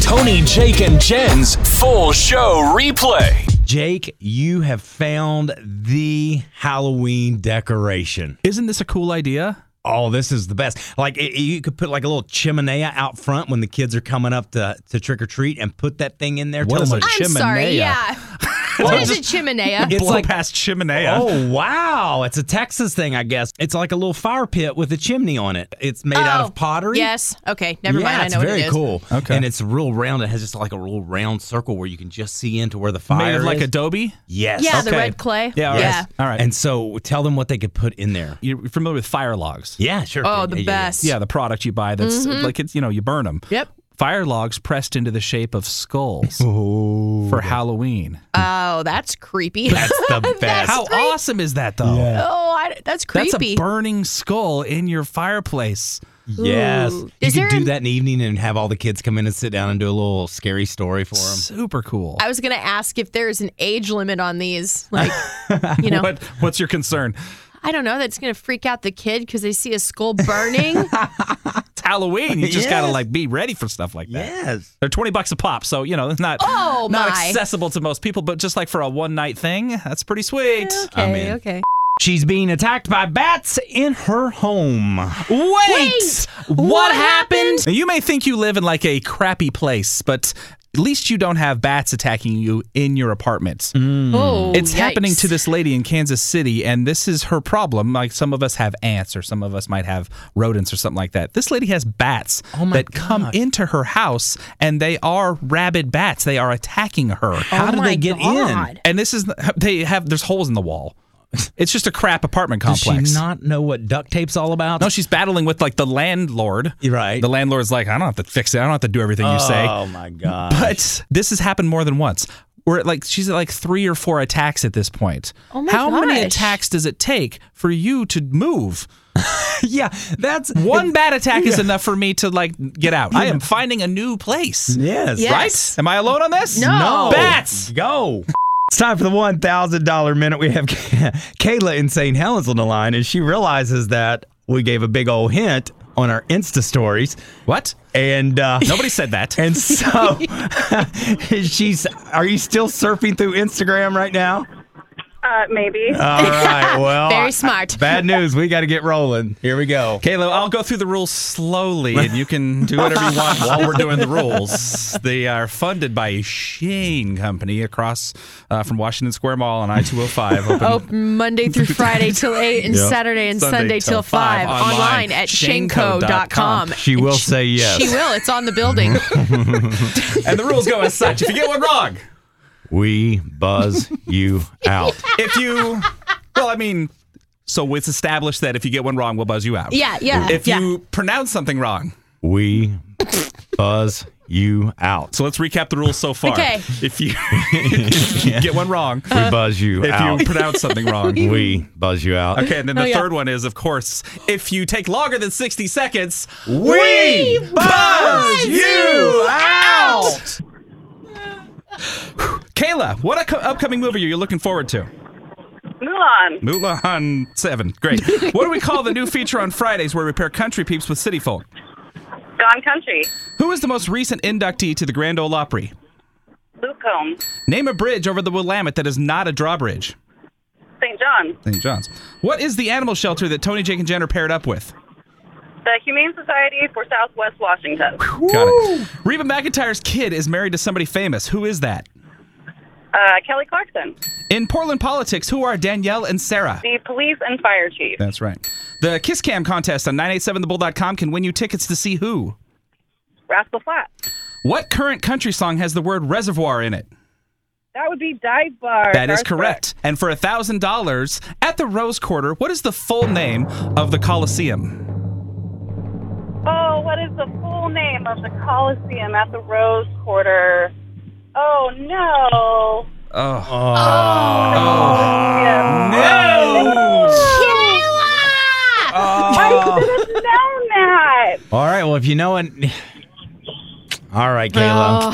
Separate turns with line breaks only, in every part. Tony, Jake, and Jen's full show replay.
Jake, you have found the Halloween decoration.
Isn't this a cool idea?
Oh, this is the best. Like it, you could put like a little chimenea out front when the kids are coming up to, to trick or treat and put that thing in there.
What
Tell
is
them
a
what-
I'm sorry.
Chimenea.
Yeah. what is a chimenea?
It's
Blow
like-
past chimenea.
Oh wow! It's a Texas thing, I guess. It's like a little fire pit with a chimney on it. It's made out
Oh,
of pottery.
Yes. Okay. Never
yeah,
mind. I
it's
know what
very
it is.
cool.
Okay.
and it's real round. It has just like a real round circle where you can just see into where the fire
Made of like
is.
adobe.
yes.
Yeah, the
Okay.
red clay.
Yeah, all right.
yeah.
All right.
And so tell them what they could put in there.
You're familiar with fire logs.
Yeah, sure.
Oh,
Yeah,
the
yeah, yeah.
best.
Yeah, the product you buy that's
Mm-hmm.
like it's, you know, you burn them.
Yep.
Fire logs pressed into the shape of skulls for Halloween.
Oh, that's creepy.
That's the best.
How awesome is that though?
oh, I,
That's
that's creepy.
a burning skull in your fireplace.
Yes.
Ooh.
You
Is
could
there
do
an-
that in the evening and have all the kids come in and sit down and do a little scary story for them.
Super cool.
I was gonna ask if there's an age limit on these. Like, you know,
What what's your concern?
I don't know. That's gonna freak out the kid because they see a skull burning.
It's Halloween. You just gotta
Yes.
like be ready for stuff like that.
Yes.
They're twenty bucks a pop, so you know it's not
Oh,
not
my.
accessible to most people. But just like for a one night thing, that's pretty sweet.
okay.
I'm in.
Okay.
She's being attacked by bats in her home.
Wait,
Wait! What happened?
Now, you may think you live in like a crappy place, but at least you don't have bats attacking you in your apartment.
Hmm.
Oh,
It's happening to
yikes.
this lady in Kansas City, and this is her problem. Like some of us have ants, or some of us might have rodents, or something like that. This lady has bats
Oh
my
that come
gosh.
into her house, and they are rabid bats. They are attacking her.
Oh
How did
my
they get in?
God.
And this is they have there's holes in the wall. It's just a crap apartment
Does
complex.
she not know what duct tape's all about?
No, she's battling with like the landlord.
You're right.
The landlord's like, I don't have to fix it. I don't have to do everything you say.
Oh my god.
But this has happened more than once. We're at like she's at like three or four attacks at this point.
Oh my
How many
gosh.
attacks does it take for you to move?
yeah, that's
One bad attack is enough for me to like get out. I am finding a new place.
Yes.
Yeah.
Right? Am I alone on this?
No. No.
Bats.
Go. It's time for the one thousand dollar minute. We have Kayla in St. Helens on the line, and she realizes that we gave a big old hint on our Insta stories,
What?
and uh,
Nobody said that.
And so she's are you still surfing through Instagram right now?
Uh, maybe.
All right. Well,
Very smart.
bad news. We got to get rolling. Here we go.
Kayla, I'll go through the rules slowly, and you can do whatever you want while we're doing the rules. They are funded by Shane Company across uh, from Washington Square Mall on I two hundred five.
Open Monday through Friday till 8 and
Yep.
Saturday and Sunday, till 5 online, at
shaneco.com.
shanko.com.
She will say yes. Mm-hmm.
She will. It's on the building.
And the rules go as such: if you get one wrong,
We buzz you out.
if you, well, I mean, so it's established that if you get one wrong, we'll buzz you out.
Yeah, yeah,
If
yeah.
you pronounce something wrong,
We buzz you out.
so let's recap the rules so far.
Okay. Uh,
If you, if you get one wrong,
We buzz you
if
out.
you pronounce something wrong,
we buzz you out.
Okay, and then the
Oh, yeah.
third one is, of course, if you take longer than 60 seconds,
We buzz you out.
Kayla, what a co- upcoming movie are you looking forward to?
Mulan.
Mulan 7. Great. what do we call the new feature on Fridays where we pair country peeps with city folk?
Gone Country.
Who is the most recent inductee to the Grand Ole Opry?
Luke Combs.
Name a bridge over the Willamette that is not a drawbridge.
St. John.
St. John's. What is the animal shelter that Tony, Jake, and Jen are paired up with?
The Humane Society for Southwest Washington.
Got it. Reba McIntyre's kid is married to somebody famous. Who is that?
Uh, Kelly Clarkson.
In Portland politics, who are Danielle and Sarah?
The police and fire chief.
That's right. The Kiss Cam contest on 987thebull.com can win you tickets to see who.
Rascal Flat.
What current country song has the word reservoir in it?
That would be Dive Bar.
That is
Garth Brooks.
correct. And for $1,000 at the Rose Quarter, what is the full name of the Coliseum?
Oh, what is the full name of the Coliseum at the Rose Quarter? Oh, no.
Oh,
Uh,
Yeah.
no!
Oh.
Kayla!
I should have known that.
All right. Well, if you know it. All right,
Oh.
Kayla.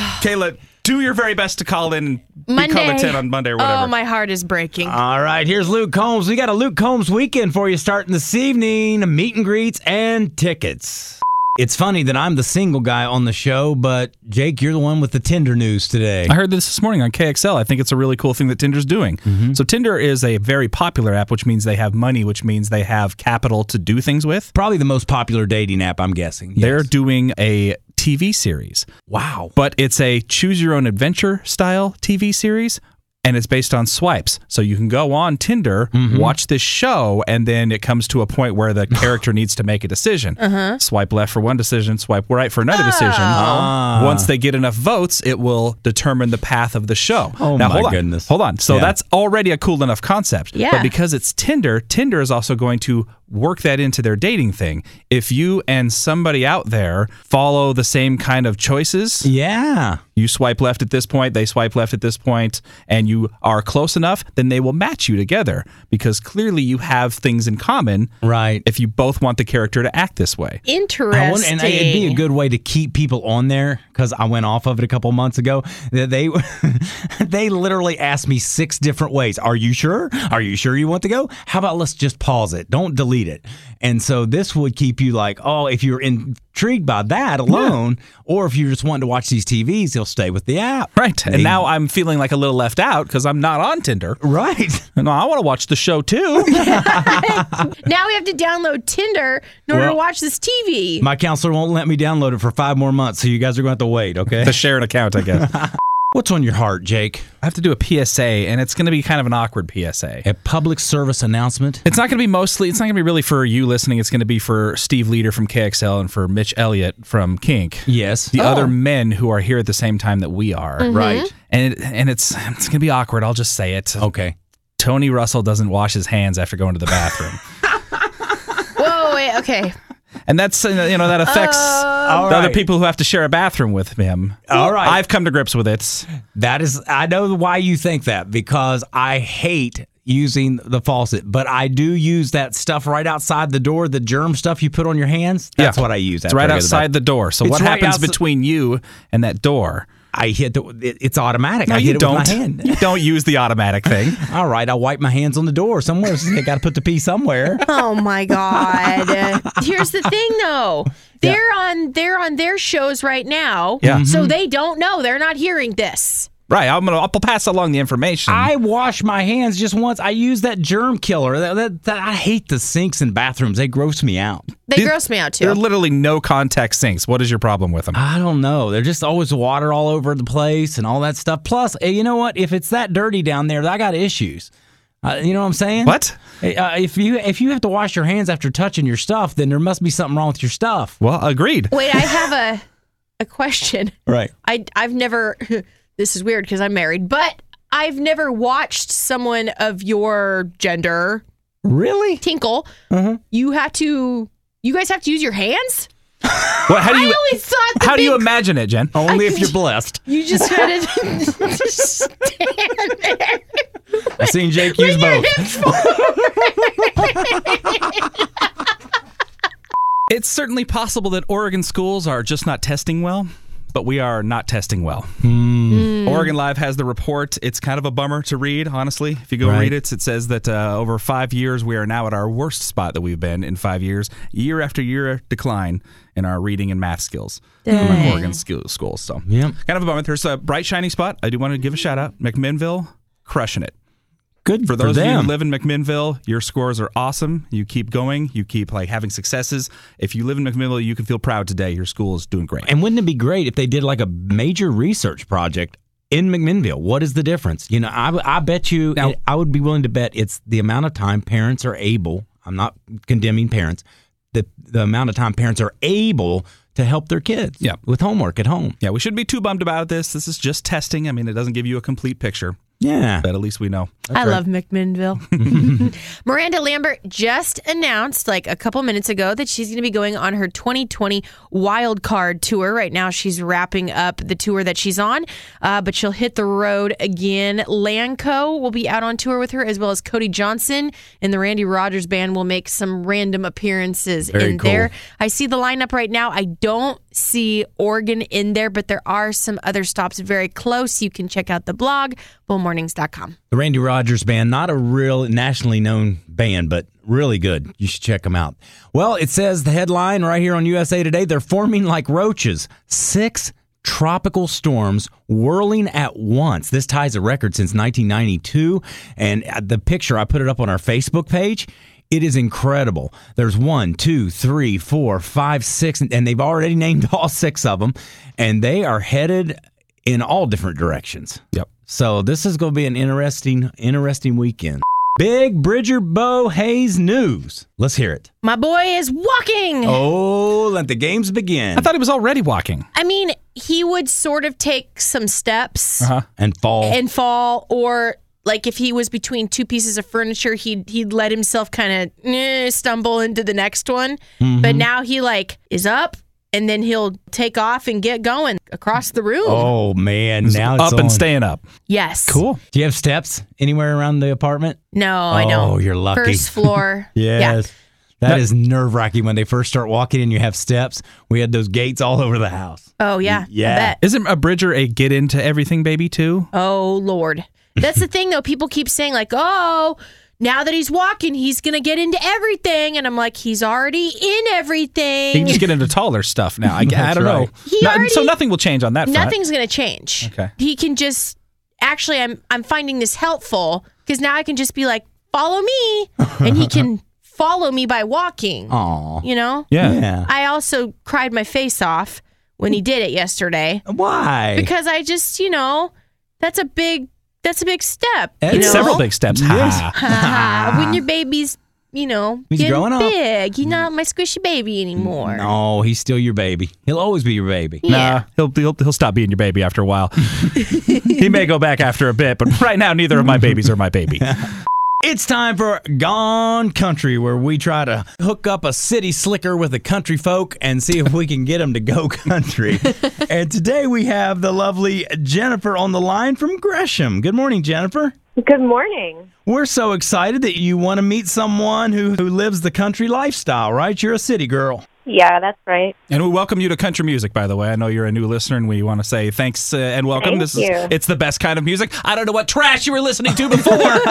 Kayla, do your very best to call in and be
Monday.
color 10 on Monday or whatever.
Oh, my heart is breaking.
All right, here's Luke Combs. We got a Luke Combs weekend for you starting this evening. Meet and greets and tickets. It's funny that I'm the single guy on the show, but Jake, you're the one with the Tinder news today.
I heard this this morning on KXL. I think it's a really cool thing that Tinder's doing. So Tinder is a very popular app, which means they have money, which means they have capital to do things with.
Probably the most popular dating app, I'm guessing.
They're
Yes.
doing a TV series. Wow. But it's a choose your own adventure style TV series. And it's based on swipes. So you can go on Tinder,
Mm-hmm.
watch this show, and then it comes to a point where the character needs to make a decision. Swipe left for one decision, swipe right for another decision.
Ah.
Once they get enough votes, it will determine the path of the show.
Oh,
now,
my
hold on.
goodness.
Hold on. So
Yeah.
that's already a cool enough concept.
Yeah.
But because it's Tinder, Tinder is also going to work that into their dating thing. If you and somebody out there follow the same kind of choices,
yeah.
you swipe left at this point, they swipe left at this point, and you are close enough, then they will match you together because clearly you have things in common.
Right.
If you both want the character to act this way.
Interesting.
I wonder, and uh, it'd be a good way to keep people on there because I went off of it a couple months ago. That They they literally asked me six different ways. Are you sure? Are you sure you want to go? How about let's just pause it? Don't delete it. And so this would keep you like, oh, if you're intrigued by that alone, or if you're just wanting to watch these TVs, you'll stay with the app.
Right. And now I'm feeling like a little left out because I'm not on Tinder.
Right.
No, I want to watch the show too.
now we have to download Tinder in order
Well-
to watch this TV.
My counselor won't let me download it for five more months, so you guys are going to have to wait. Okay.
the shared account, I guess. I
What's on your heart, Jake?
have to do a PSA, and it's going to be kind of an awkward PSA.
A public service announcement.
It's not going to be mostly, it's not going to be really for you listening. It's going to be for Steve Leader from KXL and for Mitch Elliott from Kink.
Yes. Oh.
The other men who are here at the same time that we are.
Right.
And, it, and it's, it's going to be awkward. I'll just say it.
Okay.
Tony Russell doesn't wash his hands after going to the bathroom.
Whoa, wait, okay.
and that's, uh, you know, that affects
All
the other
Oh. right.
people who have to share a bathroom with him.
All right.
I've come to grips with it.
That is, I know why you think that because I hate using the faucet, but I do use that stuff right outside the door, the germ stuff you put on your hands. That's
Yeah.
what I use.
It's right outside the door. So
It's
what
right
happens
outside-
between you and that door?
I hit the. It, it's automatic. I hit it with my hand.
You don't use the automatic thing.
All right, I wipe my hands on the door somewhere. I got to put the pee somewhere.
Hmm.
Oh my god. Here's the thing though. They're on they're on their shows right now.
Yeah. Mm-hmm.
So they don't know. They're not hearing this.
Right. I'm gonna. I'll pass along the information.
I wash my hands just once. I use that germ killer. That, that, that- I hate the sinks and bathrooms. They gross me out.
They
Did-
gross me out
there are
too.
literally no contact sinks. What is your problem with them?
I don't know. There's just always water all over the place and all that stuff. Plus, eh, you know what? If it's that dirty down there, I got issues. Uh, you know what I'm saying?
What?
Eh, Uh, if you if you have to wash your hands after touching your stuff, then there must be something wrong with your stuff.
Well, agreed.
Wait, I have a a question.
Right.
I I've never this is weird because I'm married, but I've never watched someone of your gender
Really?
tinkle.
Mm-hmm.
You have to you guys have to use your hands?
Well, how do
I
you?
always thought the
How do you
big-
imagine it, Jen?
Only if you're blessed.
you just kind of stand there.
I've seen Jake use both.
It's certainly possible that Oregon schools are just not testing well, but we are not testing well.
Hmm.
Oregon Live has the report. It's kind of a bummer to read, honestly. If you go
Right.
read it, it says that uh, over five years, we are now at our worst spot that we've been in five years, year after year decline in our reading and math skills. Among Oregon school, schools. So,
Yep.
kind of a bummer. There's a bright, shining spot. I do want to give a shout out. McMinnville, crushing it.
Good
For those of you
them.
who live in McMinnville, your scores are awesome. You keep going. You keep like having successes. If you live in McMinnville, you can feel proud today. Your school is doing great.
and wouldn't it be great if they did like a major research project in McMinnville? What is the difference? You know, I, I bet you,
Now-
I would be willing to bet it's the amount of time parents are able, I'm not condemning parents, the, the amount of time parents are able to help their kids
Yeah.
with homework at home.
Yeah, we shouldn't be too bummed about this. This is just testing. I mean, it doesn't give you a complete picture,
Yeah.
but at least we know.
I love McMinnville. Miranda Lambert just announced like a couple minutes ago that she's going to be going on her 2020 wild card tour. Right now, she's wrapping up the tour that she's on, uh, but she'll hit the road again. Lanco will be out on tour with her, as well as Cody Johnson and the Randy Rogers Band will make some random appearances
Very
in
cool.
there. I see the lineup right now. I don't see Oregon in there, but there are some other stops very close. You can check out the blog, WeekendMornings.com.
The Randy Rogers Band, not a real nationally known band, but really good. You should check them out. Well, it says the headline right here on USA Today they're forming like roaches. Six tropical storms whirling at once. This ties a record since 1992. And the picture, I put it up on our Facebook page. It is incredible. There's one, two, three, four, five, six, and they've already named all six of them. And they are headed in all different directions.
Yep.
So this is going to be an interesting, interesting weekend. Big Bridger Bo Hayes news. Let's hear it.
My boy is walking.
Oh, let the games begin
I thought he was already walking.
I mean, he would sort of take some steps
and fall.
and fall, or like if he was between two pieces of furniture, he'd he'd let himself kind of stumble into the next one. But
Mm-hmm.
now he like is up, and then he'll take off and get going across the room.
oh man, now it's
up and
on.
staying up.
Yes.
Cool.
Do you have steps anywhere around the apartment?
No, I don't.
Oh, you're lucky.
First floor. Yeah.
That is nerve wracking when they first start walking and you have steps. We had those gates all over the house.
Oh yeah. I
Yeah.
bet.
Isn't a bridger a get into everything baby too?
Oh Lord. That's the thing though. People keep saying like, "Oh, now that he's walking, he's gonna get into everything," and I'm like, "He's already in
He can
everything.
just get into taller stuff now. I, I
That's
don't
right.
know.
He
Not-
already-
so nothing will change on that front.
Nothing's gonna change.
Okay.
He can just. Actually, I'm I'm finding this helpful because now I can just be like, "Follow me," and he can follow me by walking.
Aw.
You know.
Yeah.
Yeah.
I also cried my face off when he did it yesterday
Why?
because I just, you know, that's a big that's a big step.
That's
you know?
Several big steps. Ha.
Ah, when your baby's, you know,
He's
getting
growing up. Mm.
big, he's not my squishy baby anymore.
no, he's still your baby. He'll always be your baby.
Yeah.
Nah, he'll, he'll he'll stop being your baby after a while. he may go back after a bit, but right now neither of my babies are my baby.
It's time for Gone Country, where we try to hook up a city slicker with the country folk and see if we can get them to go country. and today we have the lovely Jennifer on the line from Gresham. Good morning, Jennifer.
Good morning.
We're so excited that you want to meet someone who, who lives the country lifestyle, right? You're a city girl.
Yeah, that's right.
And we welcome you to country music, by the way. I know you're a new listener, and we want to say thanks uh, and welcome.
Thank
this
you.
is it's the best kind of music. I don't know what trash you were listening to before.
Well,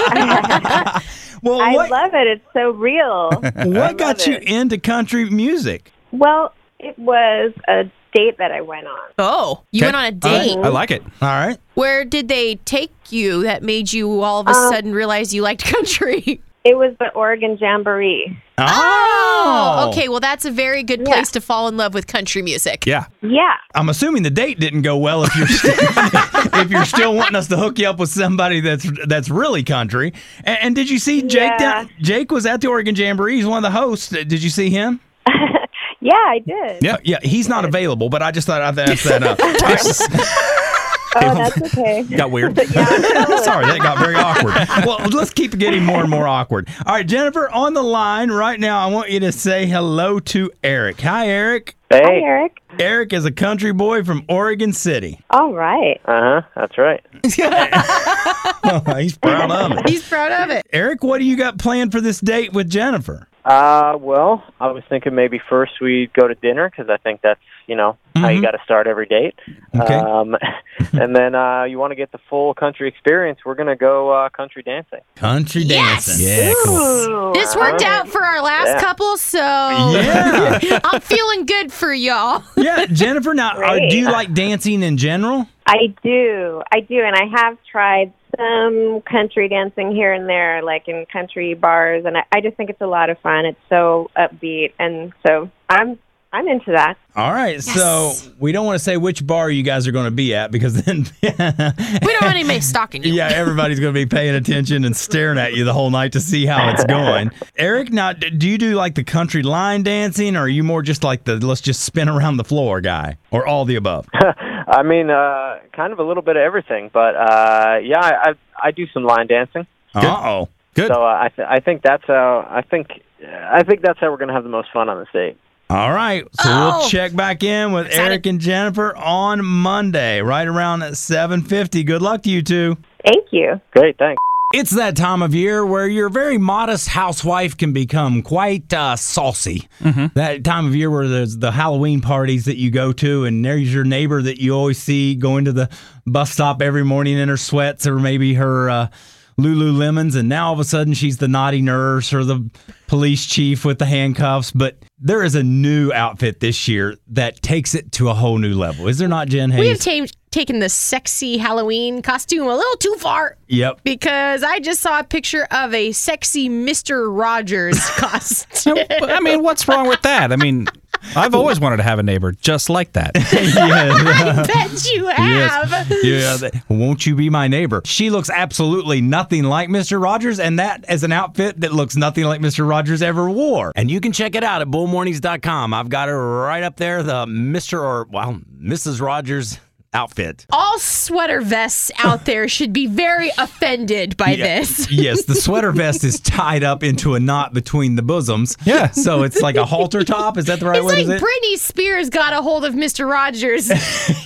I
what,
love it. It's so real. I
what got
love
you
it.
into country music?
well, it was a date that I went on.
Oh, you went on a
Okay.
date.
All right. I like it.
All right.
Where did they take you that made you all of a
Um,
sudden realize you liked country?
It was the Oregon Jamboree.
Oh,
okay. Well, that's a very good
Yeah.
place to fall in love with country music.
Yeah.
Yeah.
I'm assuming the date didn't go well if you're still, if you're still wanting us to hook you up with somebody that's that's really country. And, and did you see Jake?
Yeah.
Down, Jake was at the Oregon Jamboree. He's one of the hosts. Uh, Did you see him? Uh,
Yeah, I did.
Yeah.
Yeah, he's not available, but I just thought I'd ask that up.
Oh, that's okay.
Got weird.
Sorry, that got very awkward. Well, let's keep getting more and more awkward. All right, Jennifer, on the line right now, I want you to say hello to Eric. Hi, Eric.
Hi,
Hey.
Eric.
Eric is a country boy from Oregon City.
All right.
Uh huh. That's right.
he's proud of it.
He's proud of it.
Eric, what do you got planned for this date with Jennifer?
Uh, well, I was thinking maybe first we'd go to dinner 'cause I think that's you know how you got to start every date.
Okay.
Um, and then uh, you want to get the full country experience. We're gonna go uh, country dancing.
Country
Yes!
dancing.
Yeah.
Ooh,
This
all
worked
right.
out for our last
Yeah.
couple, so
Yeah.
I'm feeling good for y'all.
Yeah, Jennifer, now, uh,
Great.
do you like dancing in general?
I do. I do. And I have tried some country dancing here and there, like in country bars. And I, I just think it's a lot of fun. It's so upbeat. And so I'm, I'm into that.
All right, so we don't want to say which bar you guys are going to be at because then,
We don't want anybody stalking you.
yeah, everybody's going to be paying attention and staring at you the whole night to see how it's going. Eric, now, d- do you do like the country line dancing or are you more just like the let's just spin around the floor guy or all the above?
I mean, uh, kind of a little bit of everything, but uh, yeah, I, I I do some line dancing.
Uh oh.
Good.
So uh, I th- I think that's how I think I think that's how we're gonna have the most fun on this date.
All right, so
Oh.
we'll check back in with
Excited.
Eric and Jennifer on Monday, right around at 7:50. Good luck to you two.
Thank you.
Great. Thanks.
It's that time of year where your very modest housewife can become quite uh, saucy. That time of year where there's the Halloween parties that you go to, and there's your neighbor that you always see going to the bus stop every morning in her sweats or maybe her uh, Lululemons, and now all of a sudden she's the naughty nurse or the police chief with the handcuffs. But there is a new outfit this year that takes it to a whole new level. Is there not, Jen
We have
Hayes?
ta- taken the sexy Halloween costume a little too far.
yep.
Because I just saw a picture of a sexy Mr. Rogers costume.
But, I mean, what's wrong with that? I mean, I've always wanted to have a neighbor just like that.
I bet you have.
yeah, that- won't you be my neighbor? She looks absolutely nothing like Mr. Rogers, and that is an outfit that looks nothing like Mr. Rogers ever wore. And you can check it out at bullmornings.com. I've got her right up there, the Mr. or, well, Mrs. Rogers outfit.
All sweater vests out there should be very offended by
Yeah.
this.
yes, the sweater vest is tied up into a knot between the bosoms.
Yeah.
So it's like a halter top. Is that the right
It's
way
like
to say it?
Britney Spears got a hold of Mr. Rogers'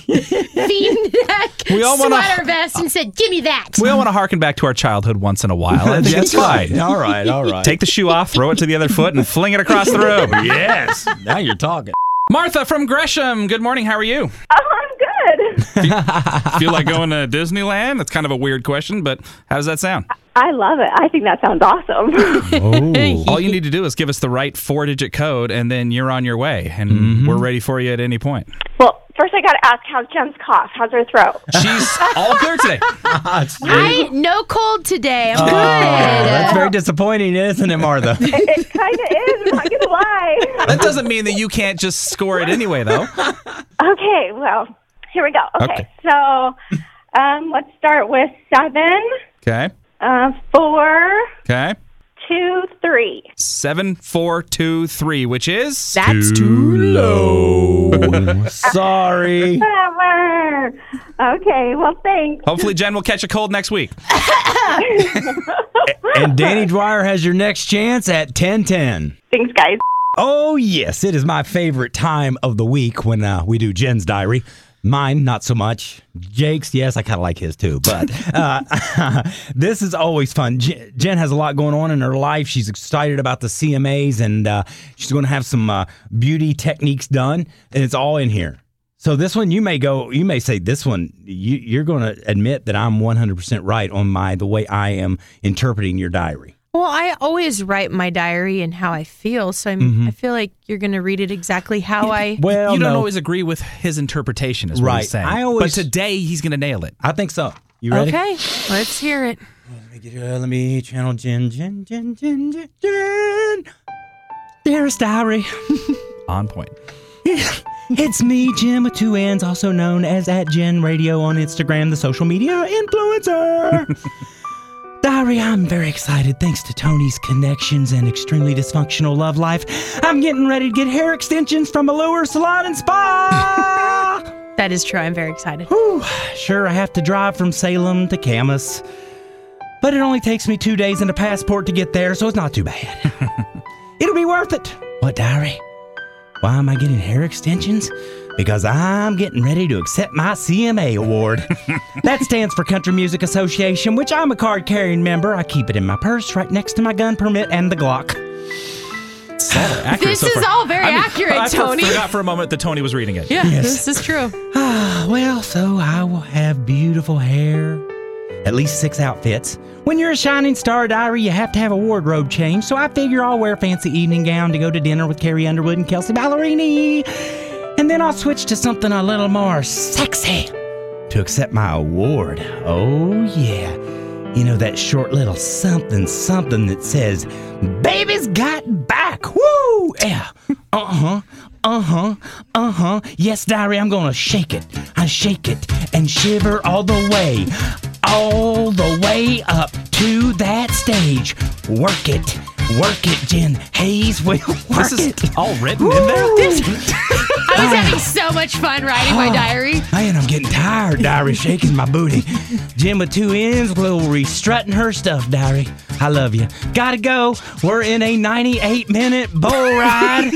V-neck
We all wanna-
sweater vest and said, "Give me that."
We all want to harken back to our childhood once in a while. I think that's fine.
All right, all right.
Take the shoe off, throw it to the other foot, and fling it across the room.
yes. Now you're talking.
Martha from Gresham. Good morning. How are you?
Oh, I'm good.
Feel like going to Disneyland? That's kind of a weird question, but how does that sound?
I love it. I think that sounds awesome.
All you need to do is give us the right four digit code, and then you're on your way, and we're ready for you at any point.
well, first I got to ask, how's Jen's cough? How's her throat?
She's all clear today.
I no cold today. I'm good.
That's very disappointing, isn't it, Martha?
it kind of is. I'm not gonna lie.
That doesn't mean that you can't just score it anyway, though.
Okay, well, here we go.
Okay.
Okay, so um, let's start with seven,
Okay.
uh, four,
Okay.
two, three.
Seven, four, two, three, which is
That's too
low. Sorry.
Whatever. Okay, well, thanks.
hopefully Jen will catch a cold next week.
And Danny Dwyer has your next chance at 1010.
Thanks, guys.
Oh, yes. It is my favorite time of the week when uh, we do Jen's diary. Mine, not so much. Jake's, yes, I kind of like his too, but uh, this is always fun. J- Jen has a lot going on in her life. She's excited about the CMAs and uh, she's going to have some uh, beauty techniques done, and it's all in here. So this one, you may go, you may say this one, you, you're going to admit that I'm 100% right on my, the way I am interpreting your diary.
Well, I always write my diary and how I feel, so I'm, I feel like you're going to read it exactly how I.
Well,
you don't
no,
always agree with his interpretation, is what
Right.
he's saying.
I always-
but today he's going to nail it.
I think so. You ready?
Okay, let's hear it.
Let me get her. Let me channel Jen, Jen, Jen, Jen, Jen, Jen. Dearest diary,
On point.
it's me, Jim with two N's, also known as at Jen Radio on Instagram, the social media influencer. Diary, I'm very excited thanks to Tony's connections and extremely dysfunctional love life. I'm getting ready to get hair extensions from Allure Salon and Spa.
That is true. I'm very excited.
Whew, sure, I have to drive from Salem to Camas. But it only takes me two days and a passport to get there, so it's not too bad. It'll be worth it. What, diary? Why am I getting hair extensions? Because I'm getting ready to accept my CMA award. that stands for Country Music Association, which I'm a card carrying member. I keep it in my purse right next to my gun permit and the Glock.
Accurate
This
so
is
far.
all very accurate,
I for-
Tony.
forgot for a moment that Tony was reading it.
Yeah, this is true.
Ah, well, so I will have beautiful hair, at least six outfits. When you're a shining star diary, you have to have a wardrobe change, so I figure I'll wear a fancy evening gown to go to dinner with Carrie Underwood and Kelsey Ballerini. And then I'll switch to something a little more sexy to accept my award. Oh, yeah. You know, that short little something something that says, Baby's got back. Woo! Yeah. Uh huh. Uh huh. Uh huh. Yes, diary, I'm going to shake it. I shake it and shiver all the way. All the way up to that stage. Work it. Work it, Jen Hayes will work
This is
it.
all written in there.
I was having so much fun writing my diary.
Man, I'm getting tired, Diary, shaking my booty. Jim with two ends, Glory, strutting her stuff, Diary. I love you. Gotta go. We're in a 98 minute boat ride.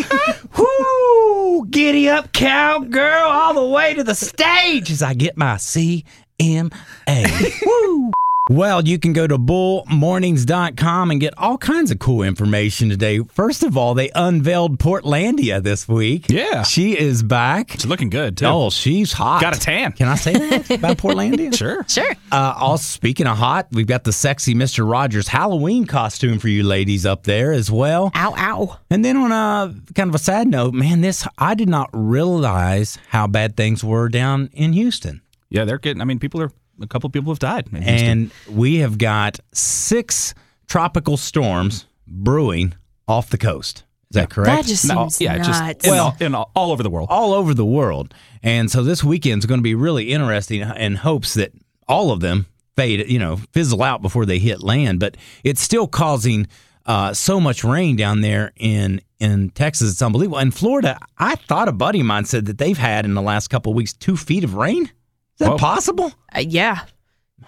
Whoo! Giddy up, cowgirl, all the way to the stage as I get my CMA. Woo! Well, you can go to bullmornings.com and get all kinds of cool information today. First of all, they unveiled Portlandia this week.
Yeah.
She is back.
It's looking good, too.
Oh, she's hot.
Got a tan.
Can I say that about Portlandia?
Sure.
Sure.
Uh, also, speaking of hot, we've got the sexy Mr. Rogers Halloween costume for you ladies up there as well.
Ow, ow.
And then on a kind of a sad note, man, this I did not realize how bad things were down in Houston.
Yeah, they're getting, I mean, people are, a couple people have died. in Houston.
And we have got six tropical storms brewing off the coast. Is that correct?
That just
No,
seems
yeah,
nuts.
just in, all, in all, all over the world.
all over the world. And so this weekend's going to be really interesting in hopes that all of them fade, you know, fizzle out before they hit land. But it's still causing uh, so much rain down there in in Texas. It's unbelievable. In Florida, I thought a buddy of mine said that they've had in the last couple of weeks two feet of rain. Is that
Whoa.
possible?
Uh, yeah.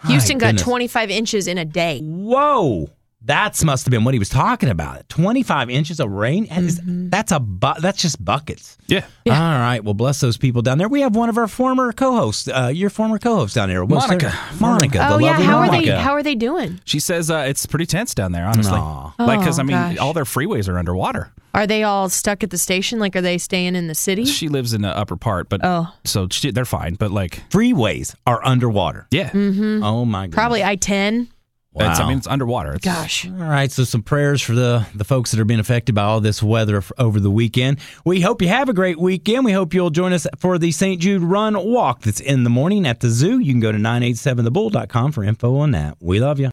Houston got
goodness.
25 inches in a day.
Whoa. That's must have been what he was talking about. Twenty five inches of rain. That is- That's a bu- that's just buckets.
Yeah.
All right. Well, bless those people down there. We have one of our former co-hosts, uh, your former co-host down there, What's
Monica.
her- Monica.
oh
the
yeah,
lovely
how are
Monica.
they how are they doing?
She says uh, it's pretty tense down there, honestly.
Aw.
Like, because,
Oh,
I mean,
gosh.
all their freeways are underwater.
Are they all stuck at the station like are they staying in the city?
She lives in the upper part, but
Oh.
so she, they're fine. But, like,
Freeways are underwater.
yeah.
Mm-hmm.
Oh my god.
Probably I-10.
It's, I
Wow.
mean, it's underwater. It's,
Gosh.
All right, so some prayers for the, the folks that are being affected by all this weather f- over the weekend. We hope you have a great weekend. We hope you'll join us for the St. Jude Run Walk that's in the morning at the zoo. You can go to 987thebull.com for info on that. We love you.